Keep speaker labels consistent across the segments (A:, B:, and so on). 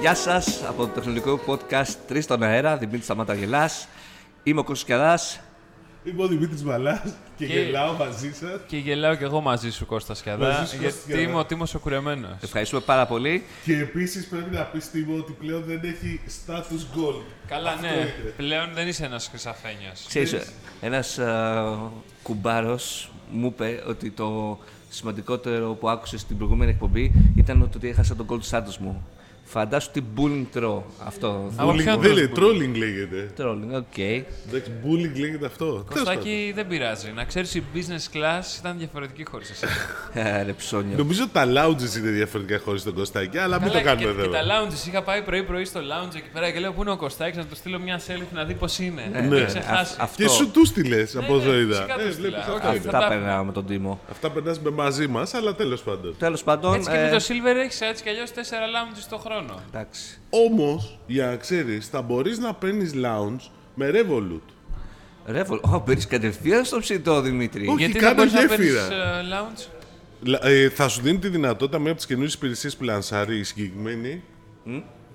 A: γεια σας από το τεχνολογικό podcast 3 στον αέρα. Δημήτρης Σταμάτα Γελά. Είμαι ο Κώστα Κιαδά.
B: Είμαι ο Δημήτρης Μαλάς και,
C: Και-
B: γελάω μαζί σας.
C: Και γελάω κι εγώ μαζί σου, Κώστα Σκιαδά,
B: Μαζί σου, Κώστα
C: γιατί
B: Σκιαδά.
C: είμαι ο Τίμος ο Κουρεμένος.
A: Ευχαριστούμε πάρα πολύ.
B: Και επίσης πρέπει να πεις Τίμω ότι πλέον δεν έχει status gold.
C: Καλά,
B: Αυτό
C: ναι.
B: είναι.
C: Πλέον δεν είσαι ένας χρυσαφένιας.
A: Ξέρεις, ένας α, κουμπάρος μου είπε ότι το σημαντικότερο που άκουσες στην προηγούμενη εκπομπή ήταν το ότι έχασα τον gold status μου. Φαντάσου τι bullying τρώω αυτό.
C: Α,
B: Bullying
C: ποιον
B: δεν
C: τρως
B: λέει,
C: bullying?
B: trolling λέγεται.
A: Trolling, οκ.
B: Εντάξει, bullying λέγεται αυτό. Τέλος πάντων.
C: Κωστάκι, δεν πειράζει. Να ξέρεις, η business class ήταν διαφορετική χωρίς εσένα.
A: Ε, Ρε ψώνιο.
B: Νομίζω ότι τα lounges είναι διαφορετικά χωρίς τον Κωστάκι, αλλά μην το
C: Καλά,
B: κάνουμε
C: και, και
B: εδώ.
C: τα lounges. Είχα πάει πρωί-πρωί στο lounge εκεί πέρα και λέω πού είναι ο Κωστάκης, να του στείλω μια selfie να δει πώς είναι. Ναι.
A: Ε,
C: Έχει
A: α-
C: ξεχάσει.
A: αυτό.
B: Και σου του στείλες από
C: ναι,
B: εδώ είδα.
C: φυσικά του
B: Ε,
C: στείλα.
B: βλέπεις,
C: Οκ.
B: αυτά είναι.
A: Αυτά περνάμε με τον Τίμο.
B: Αυτά περνάμε μαζί μας, αλλά τέλος πάντων.
A: Τέλος πάντων,
C: Έτσι και
A: ε,
C: με το Silver έχεις έτσι κι αλλιώς τέσσερα lounges το χρόνο.
A: εντάξει.
B: Όμως, για να ξέρεις, θα μπορείς να παίρνεις lounge με Revolut.
A: Ρεύολ, ο, μπαίνεις κατευθείαν στο ψητό, Δημήτρη.
B: Όχι.
C: Γιατί
B: κάνω
C: δεν μπορείς να
B: γέφυρα.
C: παίρνεις ε, lounge.
B: Λα- ε, θα σου δίνει τη δυνατότητα μία από τις καινούριες υπηρεσίες που λανσάρει η συγκεκριμένη.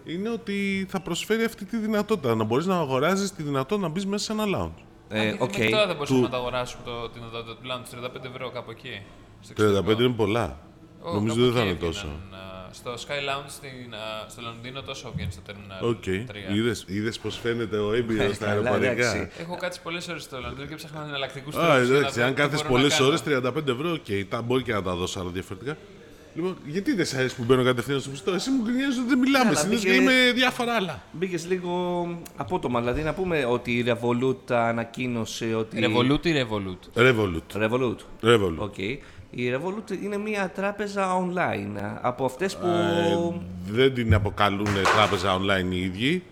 B: Είναι ότι θα προσφέρει αυτή τη δυνατότητα. Να μπορείς να αγοράζεις τη δυνατότητα να μπεις μέσα σε ένα lounge.
A: Ε,
C: Οκ.
A: οκ.
C: Μέχρι τώρα δεν μπορούσαμε
B: Του-
C: να τα αγοράσουμε το, την οντότητα του Lambs, 35 ευρώ κάπου εκεί. στο
B: 35
C: εξωτερικό.
B: είναι πολλά.
C: Ω,
B: Νομίζω
C: κάπου
B: δεν θα
C: εκεί
B: είναι τόσο.
C: έβγαιναν, α, Στο Sky Lounge στην, α, στο Λονδίνο τόσο βγαίνει στο Terminal
B: Οκ.
C: 3.
B: Είδες, είδες πως φαίνεται ο έμπειρος στα
A: Καλά,
B: αεροπορικά.
A: εντάξει.
C: Έχω κάτσει πολλές ώρες στο Λονδίνο και ψάχνα εναλλακτικούς
B: Α, εντάξει, αν κάθεσαι πολλές ώρες, 35 ευρώ, οκ, τα- μπορεί και να τα δώσω άλλα διαφορετικά. Λοιπόν, γιατί δεν σ' αρέσει που μπαίνω κατευθείαν στο μισθό, εσύ μου γκρινιάζεις ότι δεν μιλάμε,
A: αλλά
B: συνήθως και
A: μπήκε-
B: είμαι διάφορα άλλα.
A: Μπήκε λίγο απότομα. Δηλαδή να πούμε ότι η Revolut ανακοίνωσε ότι.
C: Revolut ή Revolut.
B: Revolut,
A: Revolut.
B: Revolut.
A: Οκ. Η Revolut είναι μια τράπεζα online. α, Από αυτές που.
B: Ε, δεν την αποκαλούν τράπεζα online οι ίδιοι.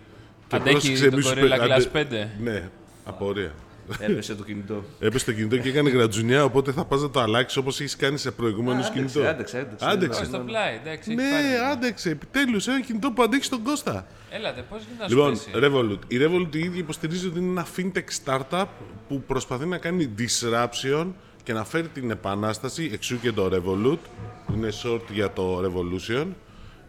B: Και
C: Αντέχει
B: πρόσεξε,
C: το
B: μη σου
C: Gorilla
B: πε-
C: Glass
B: αντε-
C: 5.
B: Ναι, απορία.
A: Έπεσε το κινητό.
B: Έπεσε το κινητό και έκανε γρατζουνιά, οπότε θα πας να το αλλάξεις όπως έχεις κάνει σε προηγούμενο
A: Άντεξε,
B: κινητό.
A: άντεξε, άντεξε.
B: Άντεξε.
C: Όχι, στο πλάι, εντάξει. έχει
B: Ναι,
C: πάρει.
B: άντεξε, επιτέλους ένα κινητό που αντέχει τον Κώστα.
C: Έλατε, πώς γίνεται να σου
B: Λοιπόν,
C: πέσει.
B: Revolut. Η Revolut η ίδια υποστηρίζει ότι είναι ένα fintech startup που προσπαθεί να κάνει disruption και να φέρει την επανάσταση, εξού και το Revolut, είναι short για το Revolution,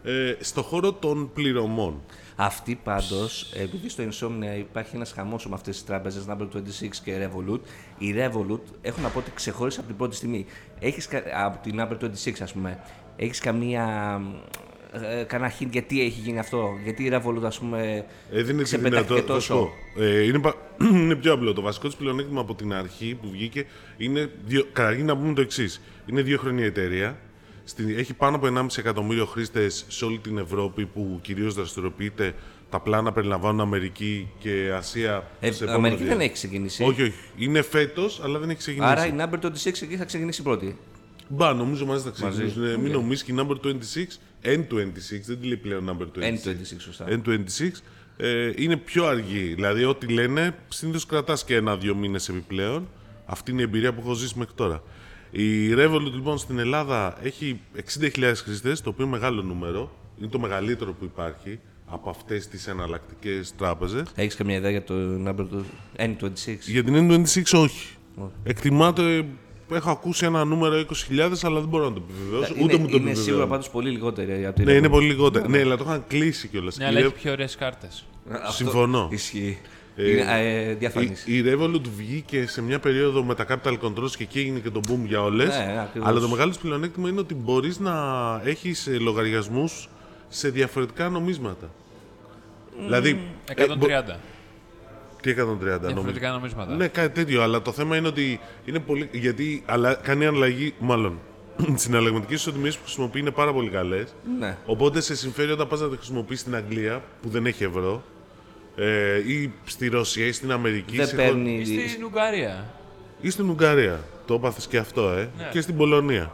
B: ε, στο χώρο των πληρωμών.
A: Αυτή πάντως, επειδή στο Insomnia υπάρχει ένας χαμός με αυτές τις τράπεζες, Number 26 και Revolut, η Revolut έχω να πω ότι ξεχώρισε από την πρώτη στιγμή. Έχεις, κα- από την Number 26, ας πούμε, έχεις καμία. Ε, κανένα hint γιατί έχει γίνει αυτό, γιατί η Revolut, ας πούμε.
B: Ε, δεν είναι τη
A: ξεπετάχτηκε
B: δυνατότητα. θα σου
A: τόσο.
B: πω. Ε, είναι, πα- είναι πιο απλό. Το βασικό της πλεονέκτημα από την αρχή που βγήκε είναι. Δύο, καταρχήν να πούμε το εξής. Είναι δύο χρόνια εταιρεία. Στην, έχει πάνω από 1,5 εκατομμύριο χρήστες σε όλη την Ευρώπη που κυρίως δραστηριοποιείται. Τα πλάνα περιλαμβάνουν Αμερική και Ασία.
A: Ε,
B: σε επόμενο
A: Αμερική δεν
B: διάστημα.
A: έχει ξεκινήσει.
B: Όχι, όχι. Είναι φέτος, αλλά δεν έχει ξεκινήσει.
A: Άρα η number 26 εκεί θα ξεκινήσει πρώτη.
B: Μπα, νομίζω μαζί θα ξεκινήσουν. Ε, Μην νομίζεις και η number 26, N26, δεν τη λέει πλέον number 26.
A: N26, σωστά.
B: N26 ε, είναι πιο αργή. Δηλαδή, ό,τι λένε, συνήθως κρατάς και ένα-δύο μήνες επιπλέον. Αυτή είναι η εμπειρία που έχω ζήσει μέχρι τώρα. Η Revolut λοιπόν στην Ελλάδα έχει 60.000 χρήστες, το οποίο είναι μεγάλο νούμερο. Είναι το μεγαλύτερο που υπάρχει από αυτές τις εναλλακτικές τράπεζες.
A: Έχεις καμία ιδέα για το number του N26.
B: Για την N26 όχι. Εκτιμάται, έχω ακούσει ένα νούμερο 20.000, αλλά δεν μπορώ να το επιβεβαιώσω.
A: Ε, είναι
B: ούτε μου το
A: είναι σίγουρα
B: επιβεβαιώνω.
A: πάντως πολύ λιγότερη από την.
B: Ναι, είναι
A: Revolut.
B: πολύ λιγότερο. Ναι, αλλά το είχαν κλείσει κιόλας.
C: Ναι, αλλά έχει πιο ωραίες κάρτες.
A: Αυτό
B: συμφωνώ.
A: Ισχύει. είναι ε,
B: Η,
A: διαφανής.
B: η Revolut βγήκε σε μια περίοδο με τα capital controls και εκεί έγινε και το boom για όλες.
A: Ναι, ακριβώς.
B: αλλά το μεγάλο της πλεονέκτημα είναι ότι μπορείς να έχεις λογαριασμούς σε διαφορετικά νομίσματα. Δηλαδή. ε,
C: 130.
B: μπο- τι 130 νομίζω.
C: Διαφορετικά νομίσματα.
B: Ναι, κάτι τέτοιο, αλλά το θέμα είναι ότι είναι πολύ. Γιατί αλλά, κάνει αλλαγή, μάλλον. Οι συναλλαγματικές ισοτιμίες που χρησιμοποιεί είναι πάρα πολύ καλές.
A: Ναι.
B: Οπότε σε συμφέρει όταν πας να τη χρησιμοποιείς στην Αγγλία, που δεν έχει ευρώ, ε, ή στη Ρωσία ή στην Αμερική
A: Δεν
B: σε χω-
A: παίρνει.
B: ε,
C: Στην Ουγγαρία.
B: ή στην Ουγγαρία. Το έπαθες και αυτό, ε.
A: Ναι.
B: Και στην Πολωνία.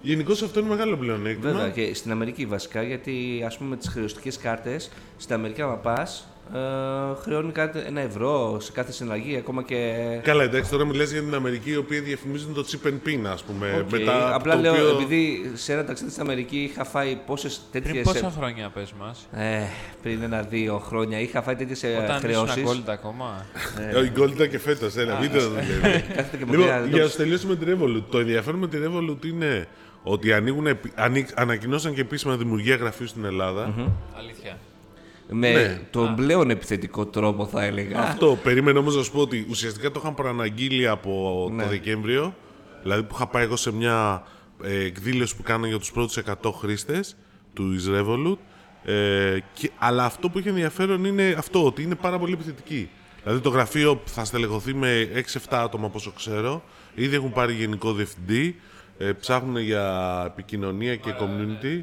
B: Γενικώ αυτό είναι μεγάλο πλεονέκτημα.
A: Βέβαια και στην Αμερική βασικά, γιατί ας πούμε με τις χρεωστικές κάρτες στην Αμερική, άμα πας, ε, χρεώνει κάτι, ένα ευρώ σε κάθε συναλλαγή, ακόμα και.
B: Καλά, εντάξει, τώρα μιλάς για την Αμερική, η οποία διαφημίζεται το chip and pin, ας πούμε.
A: Οκ.
B: Ε, Μετά,
A: Απλά
B: το
A: λέω,
B: οποίο-
A: επειδή σε ένα ταξίδι στην Αμερική είχα φάει πόσες τέτοιες.
C: Πριν πόσα χρόνια πες μας,
A: Ε, πριν ένα-δύο χρόνια είχα φάει ε, τέτοιε
C: όταν ήσουν
A: χρεώσεις.
C: ακόλυτα ακόμα.
B: Ε, Η Gold ήταν και φέτος, έλα, μην το δουλεύει.
A: Ε, Κάθεται και μου λέει, «Α,
B: Λοιπόν,
A: δεν
B: για
A: το
B: να σου τελειώσουμε τη Revolut. Το ενδιαφέρον με τη Revolut είναι ότι ανοίγουν, επι- ανοί- ανακοινώσαν και επίσημα δημιουργία γραφείου στην ελλαδα
C: Αλήθεια.
A: Με
B: ναι.
A: τον πλέον επιθετικό τρόπο, θα έλεγα.
B: Αυτό. Περίμενα όμως να σου πω ότι ουσιαστικά το είχαν παραναγγείλει από
A: Ναι.
B: το Δεκέμβριο. Δηλαδή που είχα πάει εγώ σε μια ε, εκδήλωση που κάνανε για τους πρώτους 100 χρήστες του Revolut. Ε, και, αλλά αυτό που είχε ενδιαφέρον είναι αυτό, ότι είναι πάρα πολύ επιθετική. Δηλαδή το γραφείο θα στελεχωθεί με 6-7 άτομα από όσο ξέρω. Ήδη έχουν πάρει γενικό διευθυντή. Ε, ψάχνουν για επικοινωνία και community.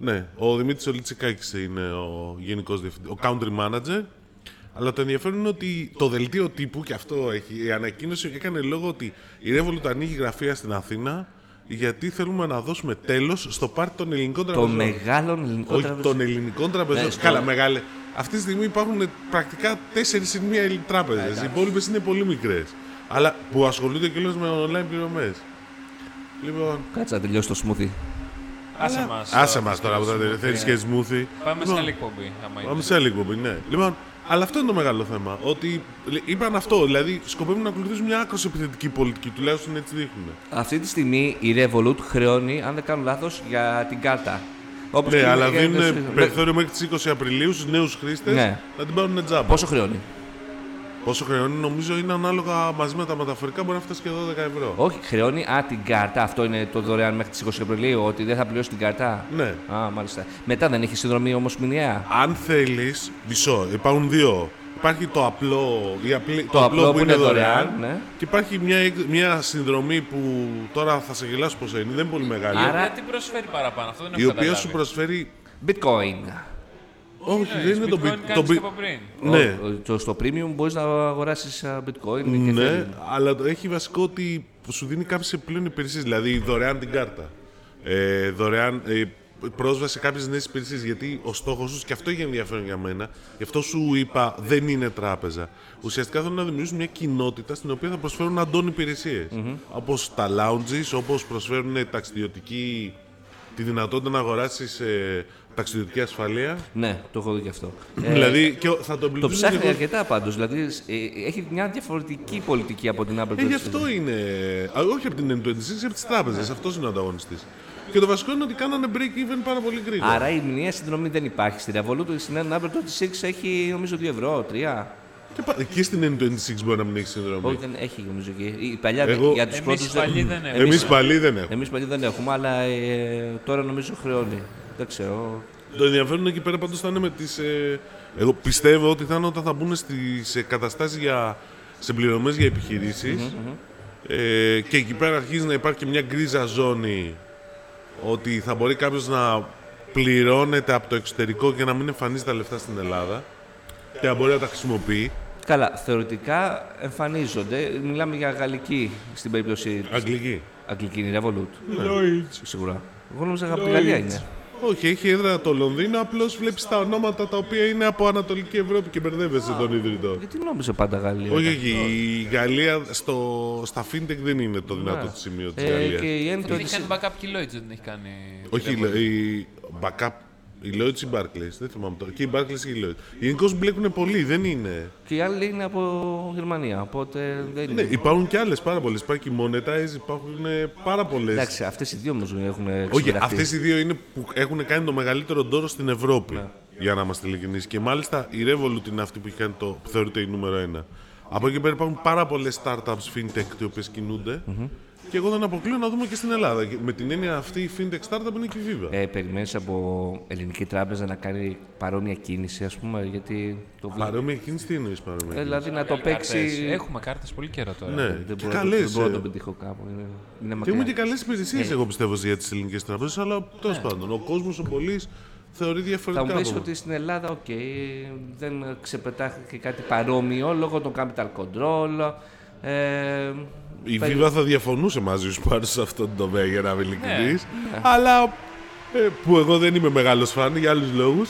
B: Ναι, ο Δημήτρης Ολιτσικάκης είναι ο γενικός διευθυντής, ο country manager. Αλλά το ενδιαφέρον είναι ότι το δελτίο τύπου, και αυτό έχει, η ανακοίνωση έκανε λόγο ότι η Revolut ανοίγει γραφεία στην Αθήνα γιατί θέλουμε να δώσουμε τέλος στο πάρτι των ελληνικών
A: Το
B: τραπεζών.
A: μεγάλο ελληνικό
B: Όχι των
A: τραπεζών.
B: ελληνικών τραπεζών.
A: Ναι, στο-
B: Καλά, μεγάλε. Αυτή τη στιγμή υπάρχουν πρακτικά 4 συν 1 τράπεζε. Οι υπόλοιπες είναι πολύ μικρές. Αλλά που ασχολούνται κιόλας με online πληρωμές. Λοιπόν.
A: Κάτσε να τελειώσει το σμούθι.
C: Άσε μας.
B: Άσε μας τώρα που θα θέλεις και σμούθι.
C: Πάμε σε
B: Λοιπόν,
C: άλλη εκπομπή. άμα είναι.
B: Πάμε σε άλλη εκπομπή, ναι. Λοιπόν, αλλά αυτό είναι το μεγάλο θέμα. Ότι λε- είπαν αυτό, δηλαδή σκοπεύουν να ακολουθήσουν μια άκρος επιθετική πολιτική, τουλάχιστον έτσι δείχνουν.
A: Αυτή τη στιγμή η Revolut χρεώνει, αν δεν κάνω λάθος, για την κάρτα. Όπως
B: Ναι,
A: και-
B: αλλά
A: για-
B: δίνουν περιθώριο μέχρι τις 20 Απριλίου στους νέους χρήστες
A: Ναι.
B: να την πάρουν τζάμπα.
A: Πόσο χρεώνει.
B: Πόσο χρεώνει, νομίζω είναι ανάλογα μαζί με τα μεταφορικά, μπορεί να φτάσει και 12 ευρώ.
A: Όχι, χρεώνει. Α, την κάρτα. Αυτό είναι το δωρεάν μέχρι τις 20 Απριλίου, ότι δεν θα πληρώσει την κάρτα.
B: Ναι.
A: Α, μάλιστα. Μετά δεν έχει συνδρομή όμως μηνιαία.
B: Αν θέλεις, μισό, υπάρχουν δύο. Υπάρχει το απλό, η απλή- το, απλό που, είναι δωρεάν,
A: ναι.
B: και υπάρχει μια, εκ- μια συνδρομή που τώρα θα σε γελάσω πόσο είναι, δεν είναι πολύ μεγάλη.
A: Άρα-
C: Άρα τι προσφέρει παραπάνω, αυτό δεν
B: η
C: έχω
B: οποία
C: καταλάβει.
B: σου προσφέρει
A: Bitcoin.
B: Όχι,
C: Ναι,
B: δεν είναι το
C: Bitcoin
B: bit-
C: κάνεις
B: το bit-
C: και από πριν.
B: Ναι,
A: Ο- ο- το- στο premium μπορείς να αγοράσεις bitcoin. και
B: ναι,
A: τέτοια.
B: αλλά το έχει βασικό ότι σου δίνει κάποιες επιπλέον υπηρεσίες. Δηλαδή δωρεάν την κάρτα. Ε, δωρεάν ε, πρόσβαση σε κάποιες νέες υπηρεσίες. Γιατί ο στόχος τους, και αυτό είχε ενδιαφέρον για μένα, γι' αυτό σου είπα δεν είναι τράπεζα. Ουσιαστικά θέλουν να δημιουργήσουν μια κοινότητα στην οποία θα προσφέρουν αντών υπηρεσίε. Όπως τα lounges, όπως προσφέρουν ταξιδιωτική. τη δυνατότητα να αγοράσεις ε, ταξιδιωτική ασφαλεία.
A: ναι, το έχω δει και αυτό. Ε,
B: δηλαδή και ο- θα το
A: το
B: εμπλουτίσουν
A: ψάχνει
B: και-
A: αρκετά πάντως. Δηλαδή ε, έχει μια διαφορετική πολιτική από την Apple.
B: Ε, γι' αυτό είναι. Α, όχι από την N26, από τις τράπεζες. Αυτός είναι ο ανταγωνιστής. Και το βασικό είναι ότι κάνανε break even πάρα πολύ γρήγορα.
A: Άρα η μηνιαία συνδρομή δεν υπάρχει στη Revolut. Στην Apple 26 έχει νομίζω 2 ευρώ, 3.
B: Και, πα- και στην N26 μπορεί να μην έχει συνδρομή.
A: Όχι, δεν έχει νομίζω εκεί. Η παλιά
B: Ναι. Εγώ-
A: για τους
C: Εμείς
A: πρώτους.
C: παλιοί δεν έχουμε.
B: Εμείς πάλι δεν έχουμε.
A: Εμείς παλιά δεν έχουμε, αλλά ε, τώρα νομίζω χρεώνει. Δεν ξέρω.
B: Το ενδιαφέρον εκεί πέρα πάντως θα είναι με τις. εγώ πιστεύω ότι θα είναι όταν θα μπουν στις καταστάσεις για. σε πληρωμές για επιχειρησει Ε, και εκεί πέρα αρχίζει να υπάρχει και μια γκρίζα ζώνη ότι θα μπορεί κάποιος να πληρώνεται από το εξωτερικό και να μην εμφανίζει τα λεφτά στην Ελλάδα και να μπορεί να τα χρησιμοποιεί.
A: Καλά, θεωρητικά εμφανίζονται. Μιλάμε για γαλλική στην περίπτωση της
B: Αγγλική.
A: αγγλική είναι η
B: Ναι.
A: Revolut. Σίγουρα. Εγώ νόμιζα από τη Γαλλία είναι.
B: Όχι, έχει έδρα το Λονδίνο, απλώς βλέπεις τα ονόματα τα οποία είναι από Ανατολική Ευρώπη και μπερδεύεσαι τον ιδρυτό.
A: Γιατί νόμιζα πάντα Γαλλία.
B: Όχι,
A: ήταν.
B: όχι. Η Γαλλία στο, στα fintech δεν είναι το δυνατό της σημείο της
A: Ε,
B: Γαλλίας.
A: και η N26
C: Δεν έχει κάνει backup και η Lloyds, δεν έχει κάνει.
B: Όχι, η backup. Η Lloyds ή η Barclays, δεν θυμάμαι τώρα. Και η Barclays και η Lloyds. Γενικώ μπλέκουν πολύ, δεν είναι.
A: και οι άλλοι είναι από Γερμανία. Οπότε δεν
B: Ναι,
A: είναι.
B: υπάρχουν και άλλες πάρα πολλές. Υπάρχει και η Monetize, υπάρχουν ε, πάρα πολλές.
A: Εντάξει, αυτές οι δύο όμως έχουν
B: Όχι,
A: ξεπεραστεί.
B: αυτές οι δύο είναι που έχουν κάνει το μεγαλύτερο ντόρο στην Ευρώπη.
A: Ναι.
B: Για να είμαστε ειλικρινείς. Και μάλιστα η Revolut είναι αυτή που έχει κάνει το που θεωρείται η νούμερο ένα. Από εκεί πέρα υπάρχουν πάρα πολλές startups fintech οι οποίες κινούνται. Και εγώ δεν αποκλείω να δούμε και στην Ελλάδα. Και Με την έννοια αυτή η fintech startup είναι και η Viva.
A: Ε, Περιμένεις από ελληνική τράπεζα να κάνει παρόμοια κίνηση, ας πούμε, γιατί το βλέπω.
B: Παρόμοια κίνηση, τι εννοείς παρόμοια
A: Ε,
B: κίνηση.
A: Δηλαδή να το παίξει.
C: Έχουμε κάρτες πολύ καιρό τώρα.
B: Ναι,
A: ε, Δεν
B: και
A: μπορώ, να το-
B: καλές.
A: δεν μπορώ να το Ναι. Ε. πετύχω κάπου. Είναι, είναι
B: Και
A: μακριά.
B: έχουν και καλές υπηρεσίες, εγώ πιστεύω, για τις ελληνικές τράπεζες. Αλλά τέλος πάντων, ο κόσμος, ο πολίτη θεωρεί
A: Ναι. Θα
B: διαφορετικά.
A: μου
B: από
A: πεις
B: εμάς.
A: ότι στην Ελλάδα, οκ, δεν ξεπετάχθηκε κάτι παρόμοιο λόγω των capital control. Ε,
B: Η
A: περι- Ε, ναι.
B: Βίβα θα διαφωνούσε μαζί σου πάνω σε αυτόν τον τομέα για να είμαι ειλικρινή. Αλλά ε, που εγώ δεν είμαι μεγάλος φαν για άλλους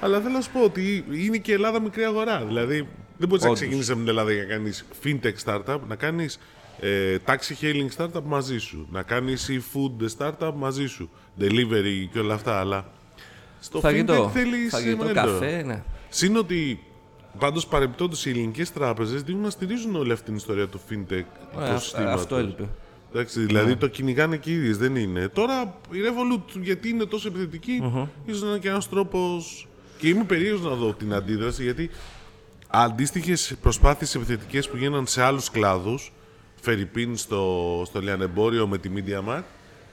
B: Αλλά θέλω να σου πω ότι είναι και η Ελλάδα μικρή αγορά. Δηλαδή δεν μπορείς να
A: Όντως.
B: ξεκινήσεις από την Ελλάδα για να κάνεις fintech startup, να κάνεις ε, taxi hailing startup μαζί σου, να κάνεις seafood startup μαζί σου, delivery και όλα αυτά. Αλλά στο fintech
A: Φαγητό.
B: θέλει
A: Φαγητό, καφέ, ναι.
B: Συν ότι πάντως παρεμπιπτόντως οι ελληνικές τράπεζες δίνουν να στηρίζουν όλη αυτή την ιστορία του fintech
A: Ε,
B: οικοσυστήματος.
A: α- Αυτό έλειπε.
B: Εντάξει, δηλαδή το κυνηγάνε και οι ίδιες, δεν είναι. Τώρα η Revolut, γιατί είναι τόσο επιθετική, ίσως να είναι και ένας τρόπος... Και είμαι περίεργος να δω την αντίδραση, γιατί αντίστοιχες προσπάθειες επιθετικές που γίνανε σε άλλους κλάδους, Φερρυπίν στο, στο λιανεμπόριο με τη MediaMarkt,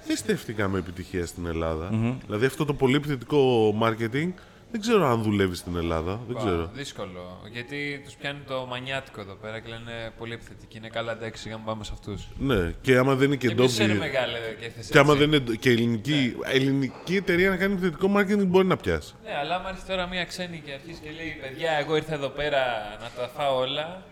B: δεν στέφτηκα με επιτυχία στην ελλαδα Δηλαδή αυτό το πολύ επιθετικό marketing δεν ξέρω αν δουλεύει στην Ελλάδα. Δεν
C: Πα,
B: ξέρω.
C: Δύσκολο. Γιατί τους πιάνει το μανιάτικο εδώ πέρα και λένε πολύ επιθετικοί. Είναι καλά, εντάξει, για να πάμε σε αυτούς.
B: Ναι, και άμα δεν είναι και
C: Και εμείς είναι
B: ντόπιοι.
C: μεγάλη και θέση.
B: Και άμα δεν είναι και ελληνική, ελληνική εταιρεία να κάνει επιθετικό marketing μπορεί να πιάσει.
C: Ναι, αλλά άμα έρθει τώρα μία ξένη και αρχίσει και λέει Παιδιά, εγώ ήρθα εδώ πέρα να τα φάω όλα.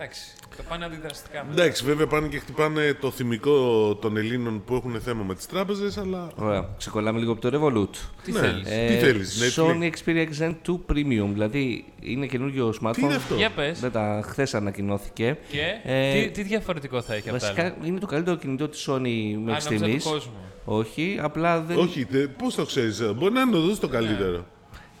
C: Εντάξει, το πάνε αντιδραστικά. μετά.
B: Εντάξει, βέβαια πάνε και χτυπάνε το θυμικό των Ελλήνων που έχουν θέμα με τις τράπεζες, αλλά.
A: Ωραία, ξεκολλάμε λίγο από το Revolut. Ε,
C: Τι
B: ναι.
C: θέλεις.
B: Τι θέλεις, Netflix?
A: Sony Xperia Gen 2 Premium, δηλαδή είναι καινούριο smartphone.
B: Τι είναι αυτό.
C: Για πες.
A: Δεν τα χθες ανακοινώθηκε.
C: Και
A: Ναι. Ε,
C: τι, τι διαφορετικό θα έχει από τα άλλα.
A: Βασικά είναι το καλύτερο κινητό της Sony μέχρι
C: Άναψε
A: στιγμή.
C: του κόσμου.
A: Όχι, απλά δεν
B: Όχι, πώς το ξέρεις, μπορεί να είναι εδώ το καλύτερο.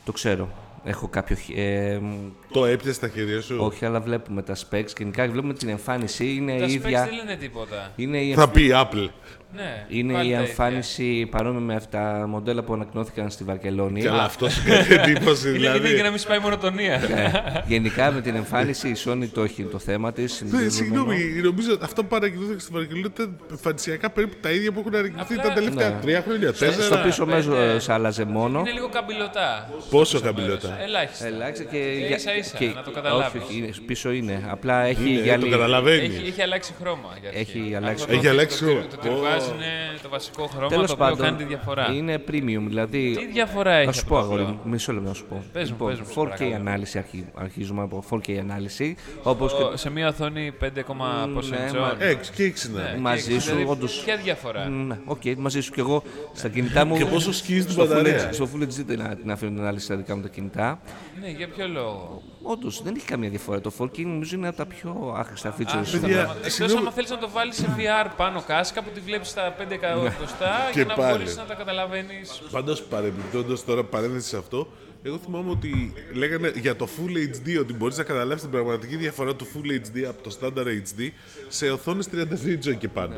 A: το ξέρω. Έχω κάποιο. χ- ε, μ,
B: Το έπιασε στα χέρια σου.
A: όχι, αλλά βλέπουμε τα specs. Γενικά βλέπουμε την εμφάνιση. Είναι
C: Τα
A: Ε, η
C: specs
A: ίδια.
C: δεν λένε τίποτα.
A: Είναι η,
B: Θα πει Apple.
C: Ναι,
A: είναι
C: πάλι
A: η
C: τα ίδια.
A: εμφάνιση παρόμοια με αυτά τα μοντέλα που ανακοινώθηκαν στη Βαρκελόνη.
B: Καλά, αυτός σου κάνει εντύπωση.
C: Είναι είναι για να
B: δηλαδή.
C: μην σπάει μονοτονία.
A: Ε, γενικά με την εμφάνιση η Sony το έχει το θέμα της.
B: Ε, Συγγνώμη, νομίζω ότι αυτά που παρακολουθήθηκαν στη Βαρκελόνη ήταν εμφανισιακά περίπου τα ίδια που έχουν ανακοινωθεί
C: Απλά-
B: τα τελευταία
A: Ναι.
B: τρία χρόνια.
A: Στο
B: Τέσσερα.
A: πίσω
C: πέντε.
A: μέρο άλλαζε μόνο.
C: ναι. Είναι λίγο καμπυλωτά.
B: Πόσο καμπυλωτά.
C: Ελάχιστα.
A: Ελάχιστα και.
C: ίσα-ίσα, Ε, να το καταλάβεις.
A: Όχι, είναι- πίσω είναι. Απλά έχει
B: Είναι, Ε, Το
A: γυαλί.
C: Έχει,
B: καταλαβαίνεις.
C: έχει αλλάξει χρώμα. Για αρχή.
A: Έχει αλλάξει
C: Αν
A: χρώμα.
B: Έχει αλλάξει
C: το-
B: χρώμα.
C: Το, το
B: Ω.
C: τυρβάζ είναι το βασικό χρώμα
A: Τέλος
C: το οποίο
A: πάντων,
C: κάνει τη διαφορά.
A: είναι premium.
C: Τι
A: Δηλαδή,
C: διαφορά έχει.
A: θα σου
C: από
A: πω,
C: το
A: αγόρι
C: απλό?
A: μου, μισό λεπτό να σου πω.
C: Πες μου,
A: λοιπόν,
C: πες μου, σε
A: 4K
C: παρακαλώ.
A: ανάλυση, αρχι- αρχίζουμε από 4K ανάλυση. Όπως
C: Το-
A: και
C: σε μία οθόνη 5, πόσο
A: ναι,
C: inch.
A: μα-
B: Έξι και έξι να. είναι.
A: μαζί
C: Ε, Και-
A: σου,
C: δηλαδή,
A: όντως.
C: Ποια διαφορά.
A: Ναι, οκ, μαζί σου και εγώ στα κινητά μου.
B: Και πόσο σκίζει την
A: στο Full
B: μπαταρία.
A: HD Στο Full HD την, την αφήνω την ανάλυση στα δικά μου τα κινητά.
C: Ναι, για ποιο λόγο.
A: Όντως δεν έχει καμία διαφορά. Το 4K νομίζω είναι από τα πιο άχρηστα features.
B: παιδιά,
A: Ήταν-
C: Εκτό
B: συγγνώμη.
C: άμα θέλεις να το βάλεις σε VR πάνω κάσκα που τη βλέπεις στα 5 εκατοστά
B: Ναι. Και
C: για να
B: πάλι.
C: μπορείς να τα καταλαβαίνεις.
B: Πάντως παρεμπιπτόντως τώρα παρένθεση σε αυτό, εγώ θυμάμαι ότι λέγανε για το Full HD ότι μπορείς να καταλάβεις την πραγματική διαφορά του Full HD από το Standard HD σε οθόνες 32 inches και πάνω.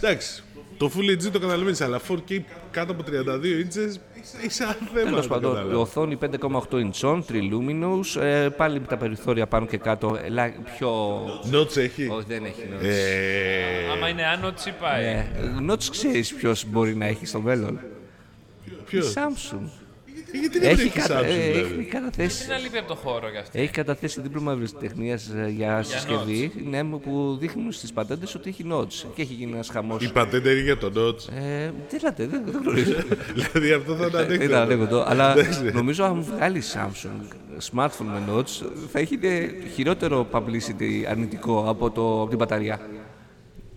B: Εντάξει. Το Full HD το καταλαβαίνεις, αλλά 4K κάτω από 32 inches είσαι ένα θέμα. να
A: Τέλο
B: το
A: πάντων, η
B: καταλάβεις.
A: οθόνη 5,8 ιντσών, triluminous, ε, πάλι με τα περιθώρια πάνω και κάτω, ελά, πιο.
B: Notes έχει.
A: Όχι, δεν έχει νόημα.
B: Ε,
C: Άμα είναι άνω τσιπάει.
A: Ε, Γνώτη ξέρεις ποιος μπορεί να έχει στο μέλλον. Η
B: Ποιος.
A: Samsung.
B: Γιατί δεν
A: Έχει,
B: βρήκε
A: κατα-
B: Samsung,
A: ε,
B: δηλαδή.
A: έχει καταθέσει.
C: Τι να λείπει από το χώρο γι' αυτό.
A: Έχει καταθέσει δίπλωμα ευρεσιτεχνία για συσκευή ναι, μου που δείχνουν στις πατέντες ότι έχει notes. Και έχει γίνει ένας χαμός.
B: Η πατέντα είναι για το Notes.
A: Ε, τι λέτε, δεν, δεν γνωρίζω.
B: δηλαδή αυτό θα ήταν
A: Ε, Ναι, Ήταν
B: ανέκδοτο.
A: ανέκδοτο, αλλά νομίζω αν βγάλει Samsung smartphone με notes θα έχει ε, χειρότερο publicity αρνητικό από, το, από την μπαταρία.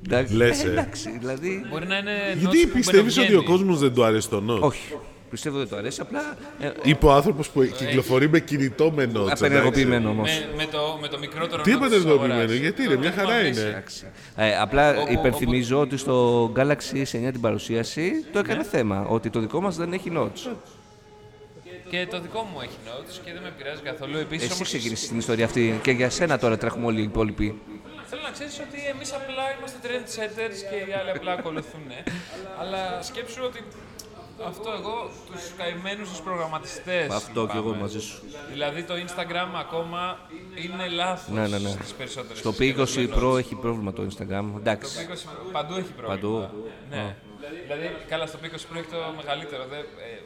A: Εντάξει,
B: Λες, ε.
A: εντάξει, δηλαδή.
C: Μπορεί να είναι. notes
B: Γιατί
C: που
B: πιστεύεις ότι ο
C: μπερδεύει.
B: κόσμος δεν του αρέσει το Notes.
A: Όχι. Πιστεύω δεν το αρέσει, απλά ε,
B: Είπε ο άνθρωπος που κυκλοφορεί με κινητό με notes.
A: απενεργοποιημένο όμω.
B: Ναι.
C: Με, με, το, με το μικρότερο
B: Τι
C: νότο της
B: απενεργοποιημένο,
C: αγοράς.
B: γιατί
C: Το-
B: είναι,
C: το
B: μια
C: που
B: χαρά
C: αρέσει.
B: είναι.
A: Ε, απλά υπενθυμίζω ότι στο Galaxy S9 την παρουσίαση το
B: Ναι.
A: έκανε θέμα. Ότι το δικό μας δεν έχει notes.
C: Και το δικό μου έχει notes και δεν με πειράζει καθόλου. Επίσης
A: Εσύ
C: όμως,
A: ξεκίνησες την ιστορία αυτή και για σένα τώρα τρέχουμε όλοι οι υπόλοιποι.
C: θέλω να ξέρεις ότι εμείς απλά είμαστε trendsetters και οι άλλοι απλά ακολουθούν. ε. Αλλά σκέψου ότι αυτό εγώ τους καημένους τους προγραμματιστές.
A: Αυτό κι εγώ μαζί σου.
C: Δηλαδή το Instagram ακόμα είναι λάθος
A: Ναι, ναι, ναι.
C: στις περισσότερες
A: Στο P20 Pro έχει πρόβλημα το Instagram. Εντάξει.
C: Παντού έχει πρόβλημα.
A: Παντού.
C: Ναι. Δηλαδή, καλά, στο P20 Pro έχει το μεγαλύτερο. Δε, ε,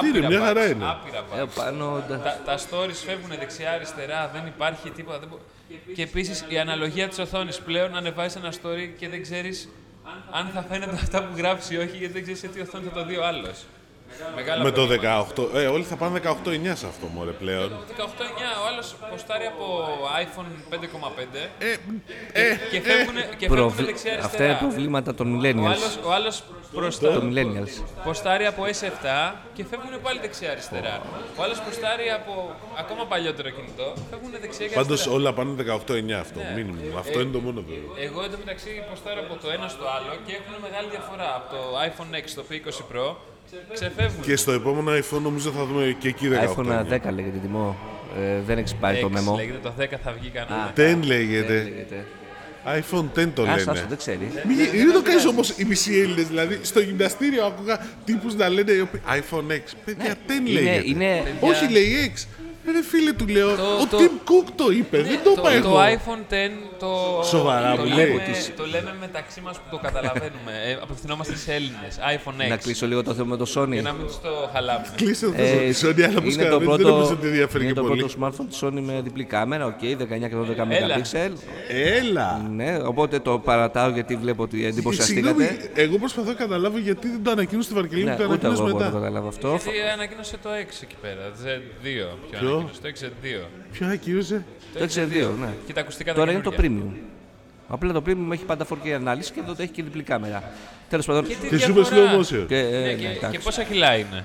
B: τι είναι,
C: άπειρα
B: μια
C: bugs,
B: χαρά είναι.
C: Άπειρα bugs.
A: Ε, πάνω. τα-
C: Τα, τα stories φεύγουν δεξιά-αριστερά, δεν υπάρχει τίποτα. Δεν μπο- Και επίσης η αναλογία της οθόνης πλέον ανεβάζει ένα story και δεν ξέρεις αν θα φαίνονται αυτά που γράφεις ή όχι, γιατί δεν ξέρεις σε τι οθόνη θα το δει ο άλλος. Μεγάλα
B: Με το
C: πράγματα.
B: 18. Ε, όλοι θα πάνε 18-9 σε αυτό, μωρέ, πλέον.
C: 18-9, ο άλλος ποστάρει από iPhone 5,5
B: Ε, ε,
C: και φεύγουν, και
A: Προβλ-
C: φεύγουν δεξιά-αριστερά.
A: Αυτά είναι προβλήματα των
C: Ο
A: millennials.
C: άλλος, ο άλλος προς τα-
A: Των millennials.
C: ποστάρει από S7 και φεύγουν πάλι δεξιά-αριστερά. Ο άλλος ποστάρει από ακόμα παλιότερο κινητό, φεύγουν δεξιά και
B: Πάντως
C: αριστερά.
B: όλα πάνε 18-9 αυτό. Μήνυμο. Αυτό είναι το μόνο βέβαιο.
C: Εγώ εντωμεταξύ ποστάρω από το ένα στο άλλο και έχουν μεγάλη διαφορά. Από το iPhone X στο P20 Pro ξεφεύγουν.
B: Και στο επόμενο iPhone νομίζω θα δούμε και εκεί 18.
A: iPhone 10 λέγεται τιμό. Ε, δεν έχει πάρει το
C: X
A: μεμό.
C: Λέγεται το 10 θα βγει κανένα.
B: 10 λέγεται.
A: Λέγεται.
B: iPhone 10 το
A: Άστο, άστο,
B: λένε.
A: δεν ξέρεις.
C: Ναι,
B: Μη- Δεν το κάνεις όμως οι μισοί Έλληνες. Δηλαδή στο γυμναστήριο άκουγα τύπους να λένε οι οποίοι- iPhone X. Παιδιά, 10
A: Είναι,
B: λέγεται.
A: είναι
B: Όχι, λέει X. Ε, Ρε φίλε του λέω,
C: Το-
B: ο
C: το-
B: Tim Cook το είπε, δεν το είπα
C: το, το
B: εγώ.
C: iPhone 10 το,
B: Σοβαρά
C: το,
B: μου
C: λέμε,
B: λέει.
C: το λέμε μεταξύ μας που το καταλαβαίνουμε. ε, απευθυνόμαστε σε Έλληνες. iPhone
A: να
C: X.
A: κλείσω λίγο το θέμα με το
C: Για
A: Sony.
C: να μην τους το χαλάμε.
B: Κλείσε το
A: Ε,
B: τη Sony, αλλά πώ
A: είναι το
B: δεν νομίζω
A: πρώτο,
B: ότι ενδιαφέρει
A: είναι
B: και
A: το
B: πολύ.
A: πρώτο smartphone της Sony με διπλή κάμερα, οκ, 19 και 12 megapixel.
B: Έλα!
A: Ναι, οπότε το παρατάω γιατί βλέπω ότι
B: Συγγνώμη,
A: εντυπωσιαστήκατε.
B: εγώ προσπαθώ να καταλάβω γιατί δεν το ανακοίνωσε στη Βαρκελόνη
A: Ναι,
B: και το
A: ούτε εγώ
B: ανακοίνωσε
A: μπορώ να το
B: μετά.
A: καταλάβω αυτό.
C: Γιατί ανακοίνωσε το 6 εκεί πέρα, Z2. Ποιο, ανακοίνωσε το X2.
B: Ποιο ανακοίνωσε.
C: ε,
A: Το X2, ναι.
C: Και τα ακουστικά τα
A: Τώρα είναι το
C: καινούργια.
A: premium. Απλά το premium έχει πάντα 4K ανάλυση και εδώ έχει και διπλή κάμερα. Τέλος πάντων.
C: τι-
B: Και ζούμε
C: διαφορά.
B: στο δημόσιο.
A: Και, ε,
C: Ναι,
A: ναι,
C: και,
A: εντάξει.
C: και πόσα κιλά είναι.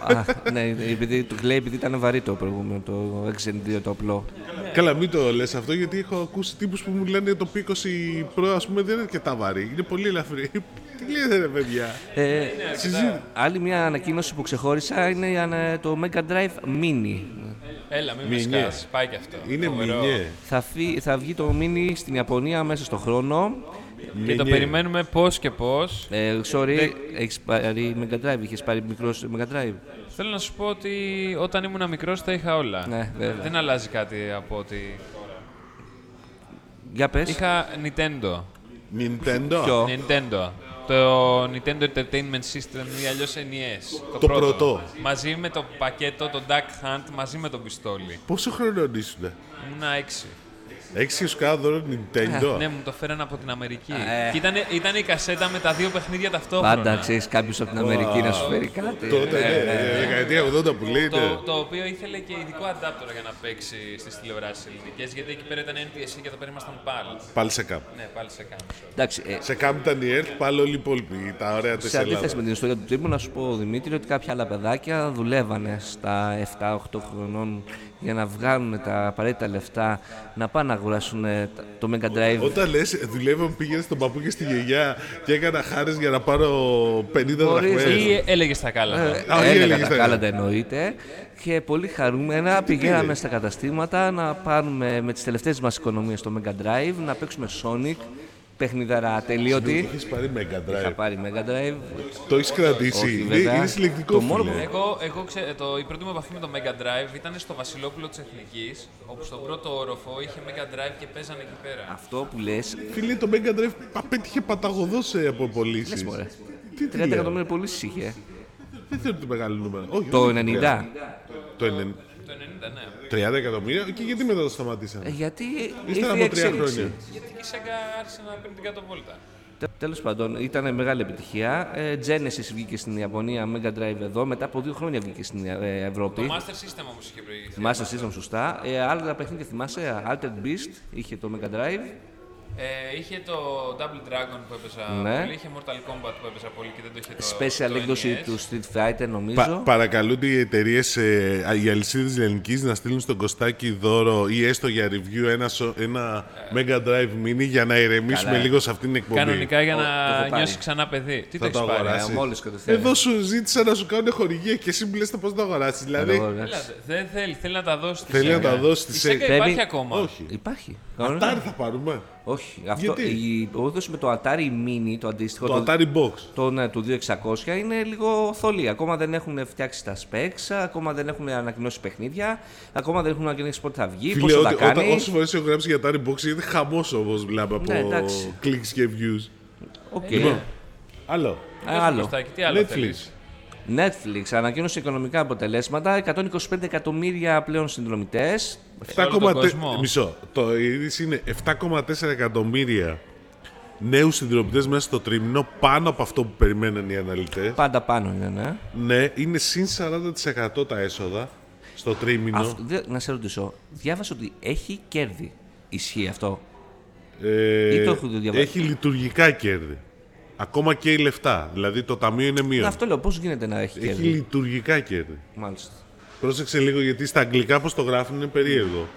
A: Α, ναι, επειδή του λέει επειδή ήταν βαρύ το προηγούμενο, το X2 το απλό.
B: Καλά, μην το λες αυτό γιατί έχω ακούσει τύπους που μου λένε το P20 Pro, ας πούμε, δεν είναι αρκετά βαρύ. Είναι πολύ ελαφρύ. Τι λέτε, ρε παιδιά.
A: Ε,
B: Συζήτηση.
A: άλλη μια ανακοίνωση που ξεχώρισα είναι η ανα- το Mega Drive Mini.
C: Έλα, μην με
B: Μηνιέ.
C: σκάς. Πάει και αυτό.
B: Είναι
C: Φοβερό.
B: μηνιέ.
A: Θα, φύ- θα βγει το Mini στην Ιαπωνία μέσα στο χρόνο.
C: Και το
B: Μηνιέ.
C: περιμένουμε πώς και πώς.
A: Ε, sorry,
C: Ναι.
A: έχεις πάρει Mega Drive, είχες πάρει μικρός Mega Drive.
C: Θέλω να σου πω ότι όταν ήμουν μικρός τα είχα όλα.
A: Ναι, βέβαια.
C: Δεν αλλάζει κάτι από ότι...
A: Για πες,
C: Είχα Ναι, Nintendo.
B: Nintendo.
A: ποιο.
C: Nintendo. Το Nintendo Entertainment System ή αλλιώς NES. Το,
B: Το πρώτο.
C: Μαζί με το πακέτο, το Duck Hunt, μαζί με τον πιστόλι.
B: Πόσο χρόνο ήσουν,
C: Ήμουνα έξι.
B: Έξι και σου κάνω δώρο
C: Ναι,
B: Nintendo.
C: μου το φέρανε από την Αμερική.
A: Ε.
C: Και ήταν, η κασέτα με τα δύο παιχνίδια ταυτόχρονα.
A: Πάντα ξέρεις κάποιος από την Αμερική να σου φέρει κάτι.
B: Τότε, ναι, ναι, δεκαετία 80 που λέει. ναι.
C: Ε, Το, το οποίο ήθελε και ειδικό adapter για να παίξει στις τηλεοράσεις ελληνικές, γιατί εκεί πέρα ήταν NTSC και εδώ πέρα ήμασταν πάλι.
B: Πάλι σε κάπου.
C: Ναι, πάλι σε κάμψο.
A: Εντάξει, ε,
B: Σε κάπου ήταν η ΕΡΤ, πάλι όλοι οι υπόλοιποι. Τα ωραία της
A: σε αντίθεση
B: Ελλάδας.
A: με την ιστορία του τύπου, να σου πω Δημήτρη ότι κάποια άλλα παιδάκια δουλεύανε στα 7-8 χρονών για να βγάλουν τα απαραίτητα λεφτά να πάνε να αγοράσουν ε, τα- το Mega Drive.
B: Όταν λες, δουλεύαμε, πήγαινε στον παππού και στη γιαγιά και έκανα χάρες για να πάρω 50
A: Χωρίς-
B: δραχμές.
C: Ή έλεγες τα
A: Ε,
C: ναι. κάλατα.
B: Α, όχι,
A: Έλεγα
B: έλεγες,
A: τα
B: τα
A: κάλαντα εννοείται και πολύ χαρούμενα πηγαίναμε στα καταστήματα να πάρουμε με τις τελευταίες μας οικονομίες το Mega Drive, να παίξουμε Sonic, παιχνιδαρά τελείωτη.
B: Έχεις πάρει Mega
A: Θα
B: Drive.
A: πάρει Mega Drive.
B: Το έχεις κρατήσει.
A: Όχι,
B: Είναι-
A: βέβαια.
B: Είναι συλλεκτικό
A: Το μόνο
B: φίλε.
C: Εγώ, εγώ ξέ, το, η πρώτη μου επαφή με το Mega Drive ήταν στο Βασιλόπουλο της Εθνικής, όπου στον πρώτο όροφο είχε Mega Drive και παίζανε εκεί πέρα.
A: Αυτό που λες,
B: Φίλε, το Mega Drive απέτυχε παταγωδό σε αποπολίσει.
A: λες μωρέ.
B: ε, Τι
A: 30 εκατομμύρια πωλήσεις είχε.
B: Δεν θέλω το μεγάλο νούμερο. Όχι,
A: Το
B: όχι,
A: 90.
B: Το 90.
C: Το 90, ναι.
B: 30 εκατομμύρια και γιατί μετά το σταματήσανε.
A: Ε, Γιατί
B: Ύστερα
A: ήρθε η
B: από τρία
A: εξέλιξη.
B: χρόνια.
C: Γιατί και η Sega άρχισε να παίρνει την κάτω βόλτα.
A: Τέλος πάντων, ήταν μεγάλη επιτυχία. Ε, Genesis βγήκε στην Ιαπωνία, Mega Drive εδώ. Μετά από δύο χρόνια βγήκε στην ε, Ευρώπη.
C: Master System όμως είχε προηγηθεί.
A: Master System, σωστά. Ε, άλλα παιχνίδια θυμάσαι, Altered Beast είχε το Mega Drive.
C: Ε, είχε το Double Dragon που έπαιζα
A: Ναι.
C: πολύ, είχε Mortal Kombat που έπαιζα πολύ και δεν το είχε το
A: Special
C: Ε, το E
A: έκδοση
C: NES.
A: του Street Fighter,
B: Πα-
A: νομίζω.
B: παρακαλούνται οι εταιρείες, ε, οι αλυσίδες ελληνική να στείλουν στον Κωστάκη δώρο ή έστω για review ένα, σο- ένα Mega Drive Mini για να ηρεμήσουμε
A: Καλά, ε.
B: λίγο σε αυτήν την εκπομπή.
C: Κανονικά για
A: Ο, το
C: να
A: έχω πάρει.
C: νιώσει ξανά παιδί. Τι το
B: Θα το
C: έχεις πάρει.
B: αγοράσει.
C: ε?
B: παρακαλώ.
A: Μόλι κατευθείαν.
B: Εδώ σου ζήτησα να σου κάνουν χορηγία και εσύ μου λες πώς να αγοράσει. Δηλαδή
A: Εδώ, ρε.
C: Έλατε, Δεν θέλει, θέλει να τα δώσεις. στη
B: θέλει να
C: Sega.
B: τα δώσει
C: Η
B: τη
C: Sega
B: Sega.
C: υπάρχει
A: Πρέπει-
C: ακόμα.
B: Όχι.
A: Υπάρχει.
B: Atari
A: Κανονικά.
B: θα πάρουμε.
A: Όχι. Αυτό,
B: Γιατί?
A: η οδός με το Atari Mini, το αντίστοιχο.
B: Το Atari Box.
A: το, ναι, του 2600 είναι λίγο θολή. Ακόμα δεν έχουν φτιάξει τα specs, ακόμα δεν έχουν ανακοινώσει παιχνίδια, ακόμα δεν έχουν ανακοινώσει πότε θα βγει,
B: Φίλε,
A: πώ θα
B: ό,τι-
A: τα
B: όταν-
A: κάνει.
B: όσες φορές έχω γράψει για Atari Box είναι χαμός όπως βλέπω από
A: Ναι, εντάξει.
B: clicks και views.
A: Οκ.
B: Λοιπόν, ε, άλλο.
C: Δες το
A: Άλλο.
C: Κωστάκι, Τι άλλο
B: Netflix.
C: θέλεις.
A: Netflix ανακοίνωσε οικονομικά αποτελέσματα. 125 εκατομμύρια πλέον συνδρομητές.
B: 7,4
C: κόσμο.
B: Μισό. Το η είδηση είναι 7,4 εκατομμύρια νέους συντηρητέ μέσα στο τρίμηνο πάνω από αυτό που περιμέναν οι αναλυτές.
A: Πάντα πάνω είναι, ναι.
B: Ναι, είναι συν 40% τα έσοδα στο τρίμηνο.
A: Αυτ- δε- να σε ρωτήσω, διάβασα ότι έχει κέρδη. Ισχύει αυτό.
B: Ε,
A: Ή το έχω διαβάσει.
B: έχει λειτουργικά κέρδη. Ακόμα και η λεφτά. Δηλαδή το ταμείο είναι μείον.
A: Αυτό λέω, πώς γίνεται να έχει
B: Έχει
A: κέρδη.
B: λειτουργικά κέρδη.
A: Μάλιστα.
B: Πρόσεξε λίγο γιατί στα αγγλικά πώς το γράφουν είναι περίεργο.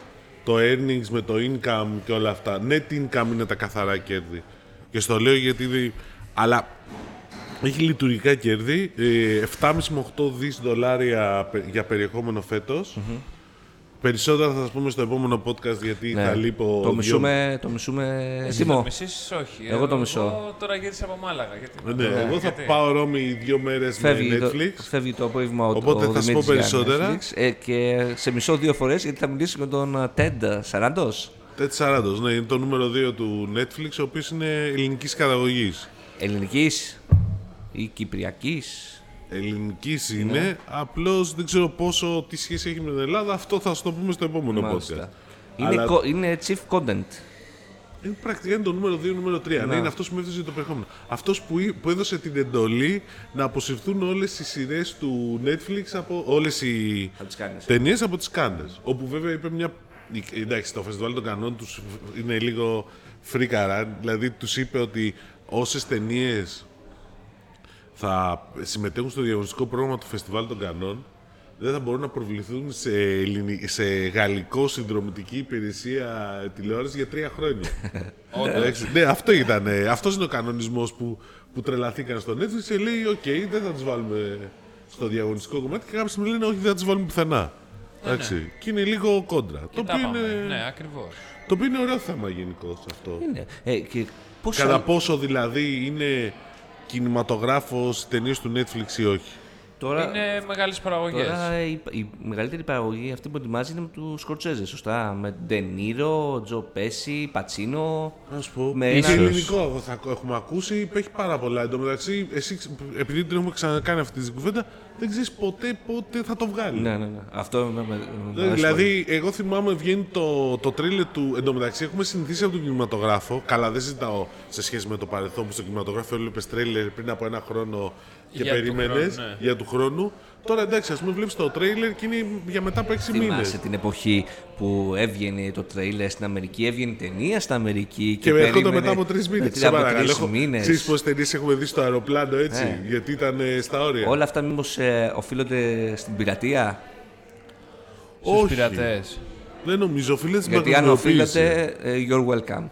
B: Το earnings με το income και όλα αυτά. Net income είναι τα καθαρά κέρδη. Και στο λέω γιατί. δι- Αλλά έχει λειτουργικά κέρδη. ε, 7,5 με 8 δις δολάρια πε- για περιεχόμενο φέτος. Περισσότερα θα σας πούμε στο επόμενο podcast γιατί
A: Ναι.
B: θα λείπω.
A: το,
B: δυο-
A: μισούμε, το μισούμε.
C: Εσύ
A: Τιμό.
C: το μισείς, όχι.
A: Εγώ το μισώ.
C: τώρα γύρισα από Μάλαγα. Γιατί... Ε,
B: Ναι, εγώ θα πάω Ρώμη δύο μέρες με
A: Φεύγει το,
B: Netflix.
A: φεύγει το απόγευμα ο
B: Οπότε
A: ο
B: θα σου πω
A: Δημήτρης για
B: περισσότερα.
A: Netflix. Ε, και σε μισώ δύο φορές γιατί θα μιλήσει με τον Τέντα Σαραντός.
B: Ted Sarandos, ναι, είναι το νούμερο 2 του Netflix, ο οποίος είναι ελληνικής καταγωγής.
A: Ελληνικής ή Κυπριακής.
B: Ελληνικής είναι. Απλώς δεν ξέρω πόσο τι σχέση έχει με την Ελλάδα. Αυτό θα σου το πούμε στο επόμενο
A: Μάλιστα.
B: podcast.
A: Είναι,
B: Αλλά-
A: κο- είναι chief content.
B: Είναι Ε, πρακτικά είναι το νούμερο 2, νούμερο 3. Ναι, είναι αυτός που έφτιαξε το περιεχόμενο. Αυτός που, εί- που έδωσε την εντολή να αποσυρθούν όλες οι σειρές του Netflix από όλες οι
A: Θα τις κάνεις.
B: ταινίες από τις Κάντε. Όπου βέβαια είπε μια. Εντάξει, το φεστιβάλ των κανόνων τους είναι λίγο φρίκαρα. Δηλαδή τους είπε ότι όσες ταινίες θα συμμετέχουν στο διαγωνιστικό πρόγραμμα του Φεστιβάλ των Κανών δεν θα μπορούν να προβληθούν σε, ελληνι- σε γαλλικό συνδρομητική υπηρεσία τηλεόρασης για τρία χρόνια.
C: ε,
B: Εντάξει, ναι, αυτό ήταν. Αυτός είναι ο κανονισμός που, που τρελαθήκαν στο Netflix και λέει: Οκ, δεν θα τους βάλουμε στο διαγωνιστικό κομμάτι. Και κάποια στιγμή λένε: Όχι, δεν θα τους βάλουμε πουθενά.
A: Ναι,
B: Εντάξει. Και είναι λίγο κόντρα. Το
C: Τα
B: οποίο
C: πάμε.
B: είναι,
C: Ναι, ακριβώς.
B: το οποίο είναι ωραίο θέμα γενικώς αυτό.
A: Είναι. Ε, και πόσα-
B: Κατά πόσο δηλαδή είναι κινηματογράφος ταινίες του Netflix ή όχι.
A: Τώρα,
C: Είναι μεγάλες παραγωγές.
A: τώρα η, η μεγαλύτερη παραγωγή αυτή που ετοιμάζει είναι με του Σκορτσέζε, σωστά. Με Ντενίρο, Τζο Πέση, Πατσίνο.
B: Να σου πω.
A: Με
B: είναι
A: ένα-
B: ελληνικό, εγώ θα έχουμε ακούσει, υπάρχει πάρα πολλά. Εν τω μεταξύ, εσύ, επειδή την έχουμε ξανακάνει αυτή την κουβέντα, δεν ξέρεις ποτέ πότε θα το βγάλει.
A: Ναι, ναι, ναι. Αυτό με, με, με αρέσει
B: Ε,
A: πολύ.
B: Δηλαδή, εγώ θυμάμαι βγαίνει το, το τρίλε του. Εν τω μεταξύ, έχουμε συνηθίσει από τον κινηματογράφο. Καλά, δεν συζητάω σε σχέση με το παρελθόν που στον κινηματογράφο έβλεπες τρίλερ πριν από ένα χρόνο και
C: Για του
B: περίμενες
C: χρόνου, ναι.
B: για του χρόνου. Τώρα εντάξει, ας πούμε, βλέπεις το τρίλερ και είναι για μετά από 6 μήνε.
A: Θυμάσαι την εποχή που έβγαινε το τρέιλερ στην Αμερική, έβγαινε η ταινία στην Αμερική. Και,
B: Και με έρχονται
A: περίμενε-
B: μετά από τρεις μήνες.
A: Ναι, τρία από τρεις μήνες.
B: Ξέρεις πόσες ταινίες έχουμε δει στο αεροπλάνο έτσι,
C: Ναι.
B: γιατί ήταν ε, στα όρια.
A: Όλα αυτά μήπως ε, οφείλονται στην πειρατεία.
C: Στους πειρατές.
B: Δεν νομίζω, οφείλεται στην
A: Γιατί αν
B: παγκοσμιοποίηση.
A: οφείλονται, ε, you're welcome.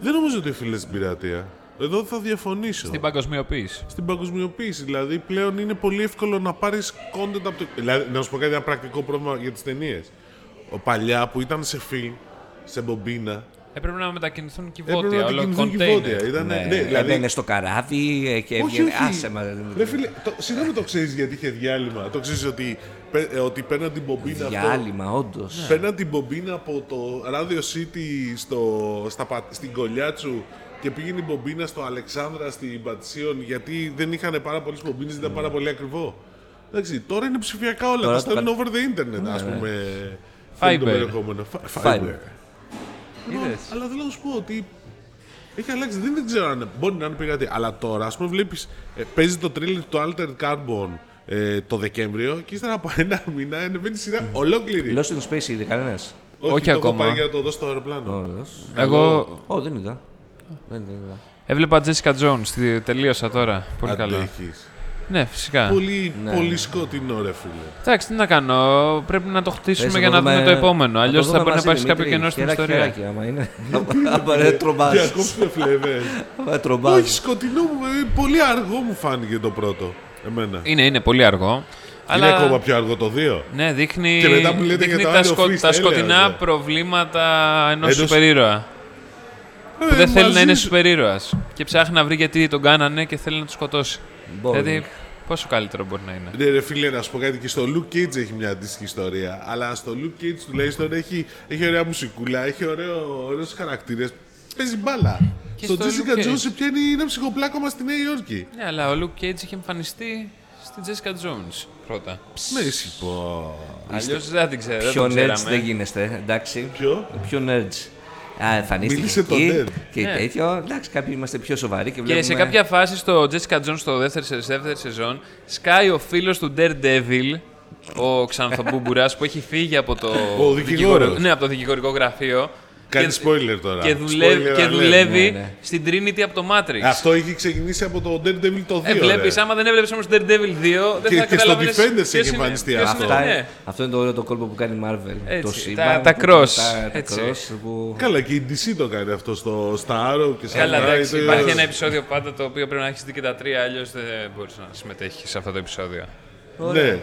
B: Δεν νομίζω ότι οφείλεται στην πειρατεία. Εδώ θα διαφωνήσω.
C: Στην παγκοσμιοποίηση.
B: Στην παγκοσμιοποίηση. Δηλαδή, πλέον είναι πολύ εύκολο να πάρεις content από το. Δηλαδή, να σου πω κάτι, ένα πρακτικό πρόβλημα για τις ταινίες. Ο παλιά που ήταν σε φιλμ, σε μπομπίνα,
C: Έπρεπε Ε, να μετακινηθούν
B: έπρεπε
C: κυβότια,
B: Ε, να την
C: όλο
B: κινηθούν
C: κοντέινερ.
B: κυβότια. Ήταν, ναι,
A: Ε,
B: δηλαδή,
A: Έμπαινε στο καράβι ε, και
B: Όχι,
A: έβγαινε.
B: όχι.
A: Άσε δηλαδή, με.
B: Ρε φίλε, το, συγγνώμη το ξέρεις γιατί είχε διάλειμμα. Το ξέρεις ότι, πε- ε, ότι παίρναν την μπομπίνα αυτό.
A: Διάλειμμα, όντως.
B: Ναι. Παίρναν την μπομπίνα από το Radio City στο, στα, πα- στην Κολιάτσου και πήγαινε η μπομπίνα στο Αλεξάνδρα στην Πατησίων γιατί δεν είχαν πάρα πολλές μπομπίνες, ήταν πάρα πολύ ακριβό. Εντάξει, τώρα είναι ψηφιακά όλα.
A: Τώρα
B: τα
A: το
B: στέλνουν
A: κα-
B: over the internet, α πούμε.
C: Fiber.
B: θέλει το περιεχόμενο. Fi-
A: Fiber.
B: Fiber. Λοιπόν, Αλλά θέλω να σου πω ότι έχει αλλάξει. Δεν, δεν ξέρω αν μπορεί να είναι πειρατή. Αλλά τώρα, ας πούμε, βλέπεις. παίζει το τρίλερ του Altered Carbon ε, το Δεκέμβριο και ύστερα από ένα μήνα ανεβαίνει σειρά ολόκληρη.
A: Lost in Space είδε κανένας.
B: Όχι,
C: Όχι
B: το έχω
C: ακόμα.
B: πάει για να το δω στο αεροπλάνο.
A: Όλος.
C: Εγώ
A: Ω, δεν είδα. Δεν δεν είδα.
C: έβλεπα Jessica Jones, τη- τελείωσα τώρα. Πολύ καλά.
B: Αντέχεις.
C: Ναι, φυσικά.
B: Πολύ, πολύ σκοτεινό ρε φίλε.
C: Εντάξει, τι να κάνω. Πρέπει να το χτίσουμε
A: Θες
C: για
A: το
C: να δούμε
A: δούμε-
C: το επόμενο. Αλλιώ
A: το δούμε
C: θα μπορεί να
A: μαζί,
C: πάρεις κάποιο
A: Δημήτρη.
C: κενό στην
A: Χεράκι,
C: ιστορία.
A: χεράκι, άμα είναι. Άμα ρε τρομπάς.
B: Για κόψουμε φλεβέ.
A: Άμα
B: ναι. Όχι
A: τρομπάς.
B: σκοτεινό μου, ε, πολύ αργό μου φάνηκε το πρώτο. Εμένα.
C: Είναι, είναι πολύ αργό.
B: Είναι
C: Ε, Αλλά
B: ακόμα πιο αργό το δύο.
C: ναι, δείχνει,
B: Και μετά που λέτε
C: δείχνει
B: για το
C: τα,
B: Iron
C: σκο-
B: Fist,
C: τα
B: έλεος,
C: σκοτεινά
B: ναι.
C: προβλήματα ενός
B: Έντος-
C: σούπερ ήρωα. Που
B: Ε,
C: δεν θέλει να
B: μαζί
C: είναι
B: σου-
C: σούπερ ήρωα. Και ψάχνει να βρει γιατί τον κάνανε και θέλει να τους σκοτώσει.
A: Boring.
C: Δηλαδή, πόσο καλύτερο μπορεί να είναι.
B: Ναι, ρε φίλε, να σου πω κάτι και στο Luke Cage έχει μια αντίστοιχη ιστορία. Αλλά στο Luke Cage τουλάχιστον έχει, έχει ωραία μουσικούλα, έχει ωραίο, ωραίους χαρακτήρες. Παίζει μπάλα.
C: Και
B: Στο
C: στο
B: Jessica
C: Luke Cage.
B: Jones σε πιάνει ένα ψυχοπλάκωμα στη Νέα Υόρκη.
C: Ναι, αλλά ο Luke Cage είχε εμφανιστεί στη Jessica Jones πρώτα.
B: Ναι, εσύ πω.
C: Αλλιώ δεν την ξέρω.
A: Πιο
C: δεν το
A: nerds
C: ξέραμε. ε.
A: δεν γίνεστε, εντάξει.
B: Ποιο?
A: Πιο nerds. Α, εμφανίστηκε
B: Μίλησε το
A: εκεί
B: Ned.
A: και
C: Ναι.
A: τέτοιο. Εντάξει, κάποιοι είμαστε πιο σοβαροί και
C: Και
A: βλέπουμε...
C: σε κάποια φάση στο Jessica Jones στο δεύτερο, σε δεύτερη σεζόν, σκάει ο φίλος του Daredevil, ο Ξανθομπούμπουρα που έχει φύγει από το.
B: Ο δικηγόρος.
C: Ναι, από το δικηγορικό γραφείο.
B: Κάνει
C: Και-
B: spoiler τώρα.
C: Και, δουλεύει,
B: Spoiler
C: και
B: alert.
C: δουλεύει
A: Ναι, ναι.
C: στην Trinity από το Matrix.
B: Αυτό είχε ξεκινήσει από το Daredevil το 2.
C: Ε, βλέπεις, άμα δεν έβλεπες όμως Daredevil 2, δεν
B: Και-
C: θα
B: και στο
C: καταλαβαίνεις
B: Defenders
C: ποιος
B: έχει
C: είναι-
B: εμφανιστεί
C: ποιος
B: αυτό.
C: είναι,
A: Αυτά,
C: ναι.
A: Αυτό είναι το ωραίο το κόλπο που κάνει η Marvel.
C: Έτσι,
A: το
C: τα-
A: σύμπαν,
C: τα
A: που- τα,
C: cross,
A: τα
C: έτσι.
A: cross που-
B: Καλά, και η DC το κάνει αυτό στο, στα Arrow και σε
C: Καλά,
B: αυτά,
C: εντάξει,
B: ε,
C: υπάρχει ένα επεισόδιο πάντα το οποίο πρέπει να έχεις δει και τα τρία, αλλιώς δεν μπορείς να συμμετέχεις σε αυτό το επεισόδιο.
B: Ναι.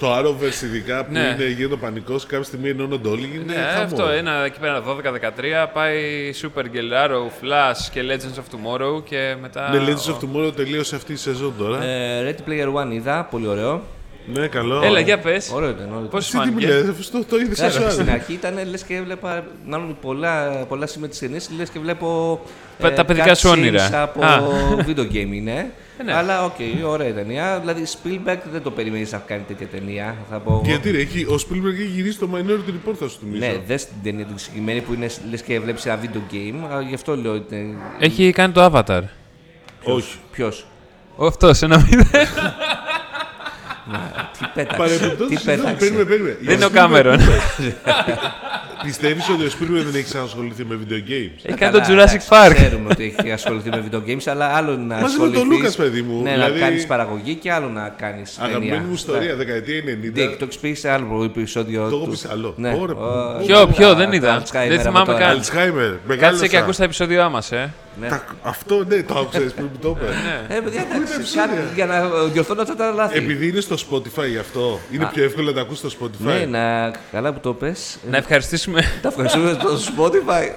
B: Το Arrowverse ειδικά που
C: Ναι.
B: είναι γίνεται πανικός, κάποια στιγμή ενώνονται όλοι. Είναι
C: Ναι,
B: χαμό.
C: αυτό ένα εκεί πέρα 12-13, πάει Supergirl, Arrow, Flash και Legends of Tomorrow και μετά...
B: Ναι, Legends of Tomorrow τελείωσε αυτή η σεζόν τώρα.
C: Ναι.
A: Ε, Ready Player One είδα, πολύ ωραίο.
B: Ναι, καλό.
C: Έλα, για πες.
A: Ωραίο ήταν. Ωραίο. ήταν.
C: Πώς σου
B: Τι
C: φάνηκε.
B: μιλάει, το, το είδες
A: Εντάξει,
B: σαν
A: στην αρχή ήταν λες και βλέπα. Μάλλον πολλά, πολλά σημεία της ταινίας λες και βλέπω. ε,
C: Πα- τα παιδικά
A: cutscenes
C: σου όνειρα.
A: Από
C: Α.
A: video game είναι.
C: Ε, ναι.
A: Αλλά οκ, ωραία η ταινία. Δηλαδή, Spielberg δεν το περιμένεις να κάνει τέτοια ταινία. Θα πω. εγώ.
B: Γιατί ρε, έχει, ο Spielberg έχει γυρίσει το Minority Report, θα σου θυμίσω.
A: Ναι, δες την ταινία την συγκεκριμένη που είναι λες και βλέπεις ένα video game. αλλά Γι' αυτό λέω.
C: Έχει κάνει το Avatar.
B: Όχι.
A: Ποιος.
C: Ο αυτός, ένα μηδέν.
A: Τι πέταξε.
B: Παρεμπιπτόντως,
A: Τι
B: παίρνουμε,
A: πέταξε.
B: παίρνουμε.
C: Δεν είναι ο Κάμερον.
B: Πιστεύεις ότι ο Spielberg δεν έχει ξανασχοληθεί με video games.
C: Έχει Ε, κάνει το
A: Καλά,
C: Jurassic
A: εντάξει,
C: Park.
A: Ξέρουμε ότι έχει ασχοληθεί με video games, αλλά άλλο να
B: Μαζί με τον
A: ασχοληθείς-
B: Lucas, παιδί μου,
A: Ναι,
B: δηλαδή-
A: να κάνεις παραγωγή και άλλο να κάνεις.
B: Αγαπημένη μου
A: Ναι.
B: ιστορία, δεκαετία 90.
A: Dick, το έχει πει σε άλλο επεισόδιο.
B: Το έχω
A: του-
B: πει σε άλλο.
A: Ναι.
B: Ωραία,
A: Ο-
B: πού-
C: Ποιο, ποιο,
A: τα-
C: δεν
A: τα
C: είδα.
A: Alzheimer
C: Δεν
A: από
C: θυμάμαι
A: το-
C: καν.
B: Alzheimer,
C: Κάτσε
B: μεγάλωσα.
C: και ακούς τα επεισόδια μας, ε.
B: Τα- Αυτό ναι, το άκουσα πριν που το είπε.
A: Ε, παιδιά,
B: τα
A: εντάξει,
B: επεισόδια?
A: κάτι για να διορθώνω αυτά τα λάθη.
B: Επειδή είναι στο Spotify γι' αυτό, είναι πιο εύκολο να τα ακούσεις στο
A: Ναι,
B: Spotify.
A: να. Καλά που το πες.
C: Να ευχαριστήσουμε.
A: Τα ευχαριστούμε στο Spotify.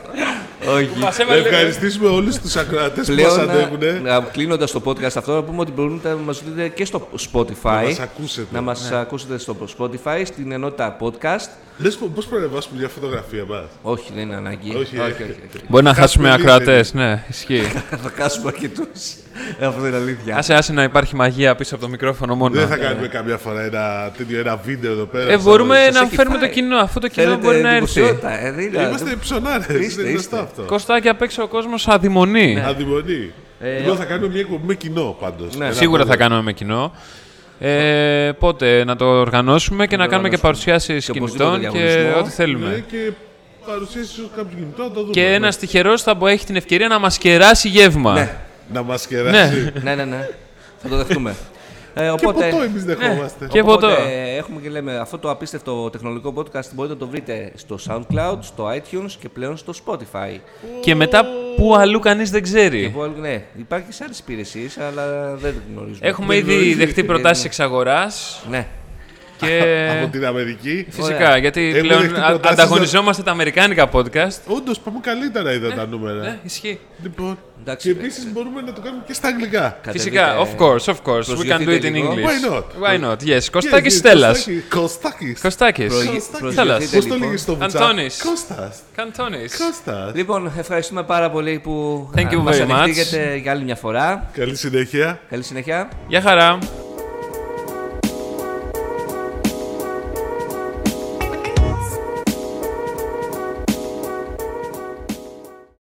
A: Όχι.
B: Να ευχαριστήσουμε όλους τους ακροατές που μα
A: Πλέον, ναι.
B: αντέχουν.
A: κλείνοντας το podcast αυτό, να πούμε ότι μπορείτε να μας δείτε και στο Spotify.
B: μας ακούσετε. Ναι.
A: Να μας ακούσετε στο Spotify, στην ενότητα podcast.
B: Λες πώ προεβάσουμε μια φωτογραφία μας.
A: Όχι, δεν είναι ανάγκη.
B: Όχι,
A: όχι,
B: ε.
A: όχι, όχι.
C: Μπορεί να
B: χάσουμε
C: χάσουμε
B: ακροατές,
C: ακροατές, ναι, ισχύει.
A: Θα χάσουμε αρκετούς. Αυτό είναι αλήθεια.
C: Άσε, άσε να υπάρχει μαγεία πίσω από το μικρόφωνο μόνο.
B: Δεν θα κάνουμε καμιά φορά ένα τέτοιο ένα βίντεο εδώ πέρα.
C: Ε,
B: σαν
C: μπορούμε
A: σας
C: να
A: έχει
C: φέρουμε το
A: φάει.
C: κοινό, αφού το κοινό
A: Θέλετε
C: μπορεί να έρθει.
A: δημοσιότητα, ε, δεν
B: να-
A: είναι-
B: Είμαστε ψωνάρες.
A: Είστε,
B: Είναι γνωστό
A: είστε.
B: αυτό.
C: Κωστάκι απ' έξω ο κόσμος
B: Ναι.
C: αδειμονεί.
B: Αντιμονή. Εγώ θα κάνουμε μια εκπομπή με κοινό πάντως.
A: Ναι.
C: Σίγουρα θα κάνουμε με κοινό. Ε, πότε να το οργανώσουμε και να κάνουμε και παρουσιάσεις
A: Και
C: κινητών
A: οπωσδήποτε
C: και
A: διαγωνισμό.
C: ό,τι θέλουμε.
B: Ναι, Και παρουσίαση κάποιο κινητό να το δούμε.
C: Και ένας τυχερός θα μπο- έχει την ευκαιρία να μας κεράσει γεύμα.
B: Να μας κεράσει.
A: Ναι, ναι, ναι. Θα το δεχτούμε. Ε,
B: Και
A: οπότε,
B: ποτό εμείς δεχόμαστε.
C: Και
A: οπότε ε,
C: ποτό.
A: έχουμε και λέμε αυτό το απίστευτο τεχνολογικό podcast μπορείτε να το βρείτε στο SoundCloud, στο iTunes και πλέον στο Spotify.
C: Και μετά που αλλού κανείς δεν ξέρει.
A: Εγώ, ναι, υπάρχει και σε άλλες υπηρεσίες, αλλά δεν το γνωρίζουμε.
C: Έχουμε
A: Δεν
C: ήδη
A: γνωρίζουμε.
C: δεχτεί προτάσεις εξ αγορά
A: Ναι.
C: και.
B: Από την Αμερική.
C: Φυσικά,
A: Ωραία.
C: γιατί
B: Έχουμε
C: πλέον
B: δεχτεί
C: α-
B: προτάσεις
C: ανταγωνιζόμαστε τα αμερικάνικα podcast.
B: Όντως πάμε καλύτερα είδα τα νούμερα.
C: Ναι, ισχύει.
B: Λοιπόν,
A: Εντάξει,
B: και επίση μπορούμε να το κάνουμε και στα αγγλικά.
C: Φυσικά,
A: Κατεβείτε-
C: of course, of course. We can do
A: προσγειωθείτε
C: it in
A: λίγο.
C: English.
B: Why not?
C: Why not, yes.
B: Κωστάκης
C: Κωστάκης Στέλλας.
B: Κωστάκης.
C: Κωστάκης.
A: Προηγη-
B: Κωστάκης.
A: Στέλλας.
B: Πώς το
A: Λοιπόν.
B: λέγεις στο βουτσά.
C: Αντώνης.
B: Κώστας.
C: Καντώνης.
B: Κώστας.
A: Λοιπόν, ευχαριστούμε πάρα πολύ που
C: Thank you
A: μας
C: very much.
A: ανοιχτήκατε για άλλη μια φορά.
B: Καλή συνέχεια.
A: Καλή συνέχεια.
C: Γεια χαρά.